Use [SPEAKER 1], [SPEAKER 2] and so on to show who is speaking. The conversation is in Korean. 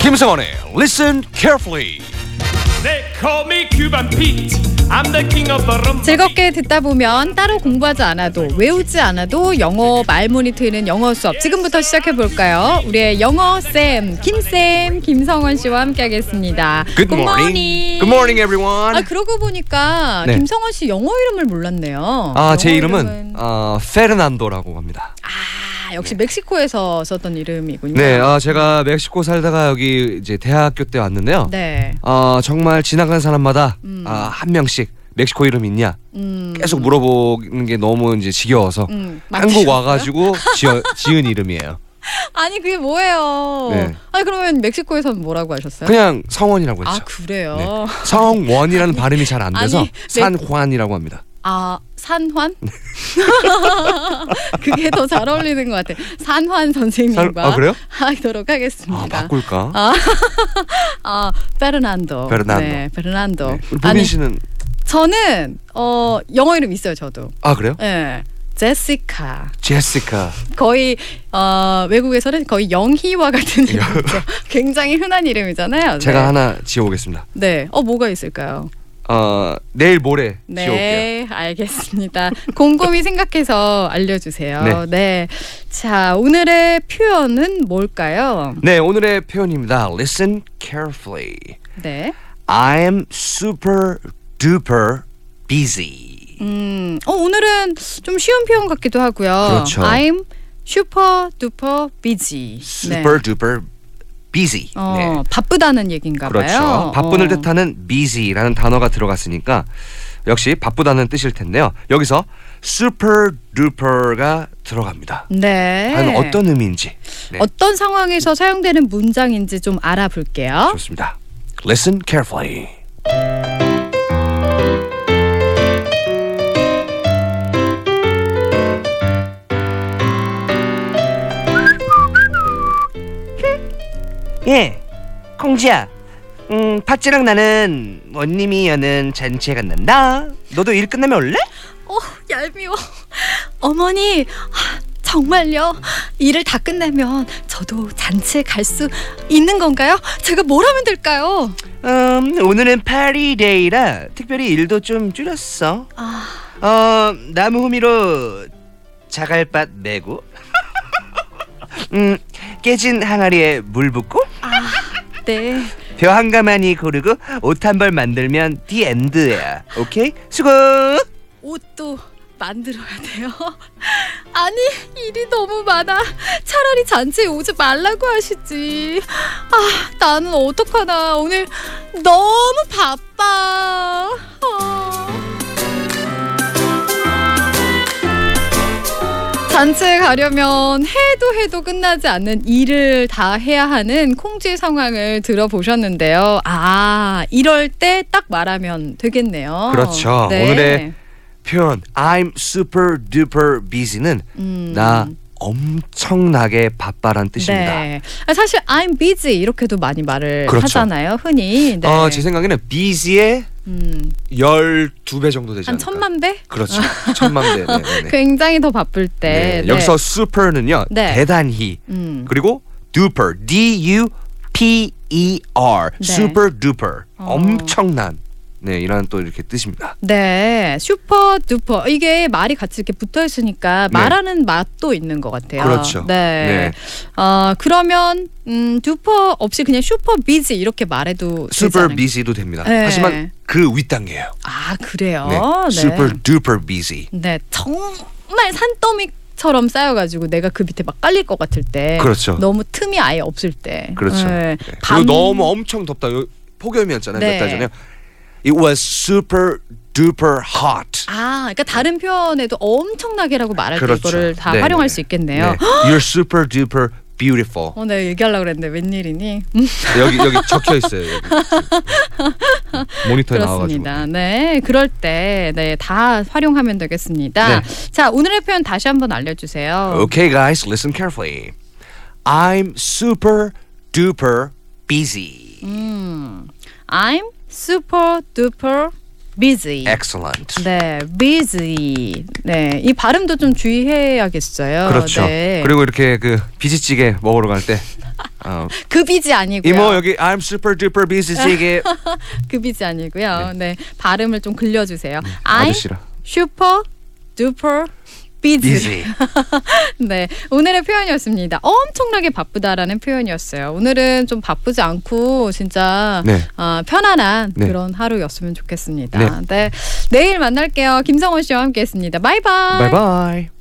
[SPEAKER 1] 김성원의 Listen Carefully.
[SPEAKER 2] They call me Cuban Pete. I'm the king of the room.
[SPEAKER 3] 즐겁게 듣다 보면 따로 공부하지 않아도 외우지 않아도 영어 말문이 트이는 영어 수업 지금부터 시작해 볼까요? 우리의 영어 쌤 김쌤 김성원 씨와 함께하겠습니다.
[SPEAKER 1] Good
[SPEAKER 3] morning.
[SPEAKER 1] morning. Good morning, everyone.
[SPEAKER 3] 아 그러고 보니까
[SPEAKER 1] 네.
[SPEAKER 3] 김성원 씨 영어 이름을 몰랐네요.
[SPEAKER 1] 아, 제
[SPEAKER 3] 영어
[SPEAKER 1] 이름은 어, 페르난도라고 합니다.
[SPEAKER 3] 아 역시 멕시코에서 썼던 이름이군요.
[SPEAKER 1] 네, 아, 제가 멕시코 살다가 여기 이제 대학교 때 왔는데요.
[SPEAKER 3] 네.
[SPEAKER 1] 아, 정말 지나가는 사람마다 아, 한 명씩 멕시코 이름 있냐
[SPEAKER 3] 음.
[SPEAKER 1] 계속 물어보는 게 너무 이제 지겨워서
[SPEAKER 3] 음,
[SPEAKER 1] 한국
[SPEAKER 3] 맞으셨어요?
[SPEAKER 1] 와가지고 지어, 지은 이름이에요.
[SPEAKER 3] 아니 그게 뭐예요?
[SPEAKER 1] 네.
[SPEAKER 3] 아니 그러면 멕시코에서는 뭐라고 하셨어요?
[SPEAKER 1] 그냥 성원이라고 했죠.
[SPEAKER 3] 네. 아 그래요.
[SPEAKER 1] 네. 성원이라는 발음이 잘 안 돼서
[SPEAKER 3] 아니, 네.
[SPEAKER 1] 산환이라고 합니다.
[SPEAKER 3] 아 산환?
[SPEAKER 1] 네.
[SPEAKER 3] 그게 더 잘 어울리는 것 같아. 산환 선생님과
[SPEAKER 1] 산- 아, 그래요?
[SPEAKER 3] 하도록 하겠습니다.
[SPEAKER 1] 아, 바꿀까?
[SPEAKER 3] 아, 아, 페르난도.
[SPEAKER 1] 페르난도.
[SPEAKER 3] 네, 페르난도.
[SPEAKER 1] 네. 우리 보민
[SPEAKER 3] 아니
[SPEAKER 1] 씨는
[SPEAKER 3] 저는 어 영어 이름 있어요 저도.
[SPEAKER 1] 아 그래요?
[SPEAKER 3] 예. 제시카
[SPEAKER 1] 제시카.
[SPEAKER 3] 거의 어, 외국에서는 거의 영희와 같은 이름이죠. 굉장히 흔한 이름이잖아요.
[SPEAKER 1] 제가
[SPEAKER 3] 네.
[SPEAKER 1] 하나 지어오겠습니다.
[SPEAKER 3] 네. 어 뭐가 있을까요?
[SPEAKER 1] 어 내일 모레 지어올게요.
[SPEAKER 3] 네, 알겠습니다. 곰곰이 생각해서 알려주세요.
[SPEAKER 1] 네.
[SPEAKER 3] 네. 자, 오늘의 표현은 뭘까요?
[SPEAKER 1] 네 오늘의 표현입니다. Listen carefully.
[SPEAKER 3] 네.
[SPEAKER 1] I'm super duper busy.
[SPEAKER 3] 음, 어, 오늘은 좀 쉬운 표현 같기도 하고요.
[SPEAKER 1] 그렇죠.
[SPEAKER 3] I'm super duper busy.
[SPEAKER 1] Super duper busy.
[SPEAKER 3] 네. 어, 바쁘다는 얘기인가
[SPEAKER 1] 그렇죠.
[SPEAKER 3] 봐요.
[SPEAKER 1] 바쁜을
[SPEAKER 3] 어.
[SPEAKER 1] 뜻하는 busy라는 단어가 들어갔으니까 역시 바쁘다는 뜻일 텐데요. 여기서 super duper가 들어갑니다.
[SPEAKER 3] 네.
[SPEAKER 1] 과연 어떤 의미인지. 네,
[SPEAKER 3] 어떤 상황에서 사용되는 문장인지 좀 알아볼게요.
[SPEAKER 1] 좋습니다. Listen carefully.
[SPEAKER 4] 예, 콩지야. 음, 팥쥐랑 나는 원님이 여는 잔치에 간단다. 너도 일 끝나면 올래?
[SPEAKER 3] 어, 얄미워. 어머니, 아, 정말요? 일을 다 끝내면 저도 잔치에 갈 수 있는 건가요? 제가 뭘 하면 될까요?
[SPEAKER 4] 음, 오늘은 파리데이라 특별히 일도 좀 줄였어.
[SPEAKER 3] 아,
[SPEAKER 4] 어, 나무 후미로 자갈밭 메고, 음, 깨진 항아리에 물 붓고,
[SPEAKER 3] 네.
[SPEAKER 4] 벼 한 가마니 고르고 옷 한 벌 만들면 디 엔드야. 오케이? 수고.
[SPEAKER 3] 어, 옷도 만들어야 돼요. 아니, 일이 너무 많아. 차라리 잔치에 오지 말라고 하시지. 아, 나는 어떡하나. 오늘 너무 바빠. 아. 잔치에 가려면 해도 해도 끝나지 않는 일을 다 해야 하는 콩쥐 상황을 들어보셨는데요. 아, 이럴 때 딱 말하면 되겠네요.
[SPEAKER 1] 그렇죠. 오늘의 표현 I'm super duper busy는
[SPEAKER 3] 음.
[SPEAKER 1] 나 엄청나게 바빠란 뜻입니다.
[SPEAKER 3] 네. 아, 사실 I'm busy 이렇게도 많이 말을
[SPEAKER 1] 그렇죠.
[SPEAKER 3] 하잖아요. 흔히. 네.
[SPEAKER 1] 어, 제 생각에는 busy의
[SPEAKER 3] 음,
[SPEAKER 1] 12배 정도 되지 않을까?
[SPEAKER 3] 한 천만 배?
[SPEAKER 1] 그렇죠. 천만 배. 네, 네, 네.
[SPEAKER 3] 굉장히 더 바쁠 때.
[SPEAKER 1] 네, 여기서 super는요.
[SPEAKER 3] 네.
[SPEAKER 1] 대단히.
[SPEAKER 3] 음.
[SPEAKER 1] 그리고 duper. D U P E R.
[SPEAKER 3] 네.
[SPEAKER 1] super duper.
[SPEAKER 3] 어.
[SPEAKER 1] 엄청난. 네, 이런 또 이렇게 뜻입니다.
[SPEAKER 3] 네, 슈퍼 두퍼 이게 말이 같이 이렇게 붙어 있으니까
[SPEAKER 1] 네.
[SPEAKER 3] 말하는 맛도 있는 것 같아요.
[SPEAKER 1] 그렇죠.
[SPEAKER 3] 네, 어, 그러면 음, 두퍼 없이 그냥 슈퍼 비지 이렇게 말해도 되지
[SPEAKER 1] super
[SPEAKER 3] 않을까요?
[SPEAKER 1] busy도 됩니다.
[SPEAKER 3] 네.
[SPEAKER 1] 하지만 그 윗단계예요.
[SPEAKER 3] 아 그래요.
[SPEAKER 1] 네. super duper busy.
[SPEAKER 3] 네, 정말 산더미처럼 쌓여가지고 내가 그 밑에 막 깔릴 것 같을 때,
[SPEAKER 1] 그렇죠.
[SPEAKER 3] 너무 틈이 아예 없을 때,
[SPEAKER 1] 그렇죠. 네.
[SPEAKER 3] 네. 밤-
[SPEAKER 1] 그리고 너무 엄청 덥다. 요 폭염이었잖아요.
[SPEAKER 3] 네.
[SPEAKER 1] 몇 달 전에. It was super duper hot.
[SPEAKER 3] 아, 그러니까 다른 표현에도 엄청나게라고 말할
[SPEAKER 1] 그렇죠.
[SPEAKER 3] 때 이거를 다
[SPEAKER 1] 네,
[SPEAKER 3] 활용할
[SPEAKER 1] 네.
[SPEAKER 3] 수 있겠네요.
[SPEAKER 1] 네. You're super duper beautiful.
[SPEAKER 3] 어, 내가 얘기하려고 그랬는데 웬일이니? 음,
[SPEAKER 1] 여기 여기 적혀 있어요. 여기. 모니터에 나와가지고.
[SPEAKER 3] 그렇습니다. 네, 그럴 때, 네, 다 활용하면 되겠습니다.
[SPEAKER 1] 네.
[SPEAKER 3] 자, 오늘의 표현 다시 한번 알려주세요.
[SPEAKER 1] Okay, guys, listen carefully. I'm super duper busy.
[SPEAKER 3] 음. I'm super duper busy.
[SPEAKER 1] Excellent.
[SPEAKER 3] 네, busy. 네, 이 발음도 좀 주의해야겠어요.
[SPEAKER 1] 그렇죠.
[SPEAKER 3] 네.
[SPEAKER 1] 그리고 이렇게 그 비지찌개 먹으러 갈 때 어,
[SPEAKER 3] 급이지 아니고요.
[SPEAKER 1] 이모 여기 I'm super duper busy 이게
[SPEAKER 3] 급이지 아니고요. 네. 발음을 좀 글려주세요. I'm
[SPEAKER 1] 아저씨라.
[SPEAKER 3] super duper busy.
[SPEAKER 4] 이지.
[SPEAKER 3] 네. 오늘의 표현이었습니다. 엄청나게 바쁘다라는 표현이었어요. 오늘은 좀 바쁘지 않고 진짜
[SPEAKER 1] 네.
[SPEAKER 3] 아, 편안한
[SPEAKER 1] 네.
[SPEAKER 3] 그런 하루였으면 좋겠습니다.
[SPEAKER 1] 네.
[SPEAKER 3] 네. 내일 만날게요. 김성원 씨와 함께했습니다. 바이바이.
[SPEAKER 1] 바이바이.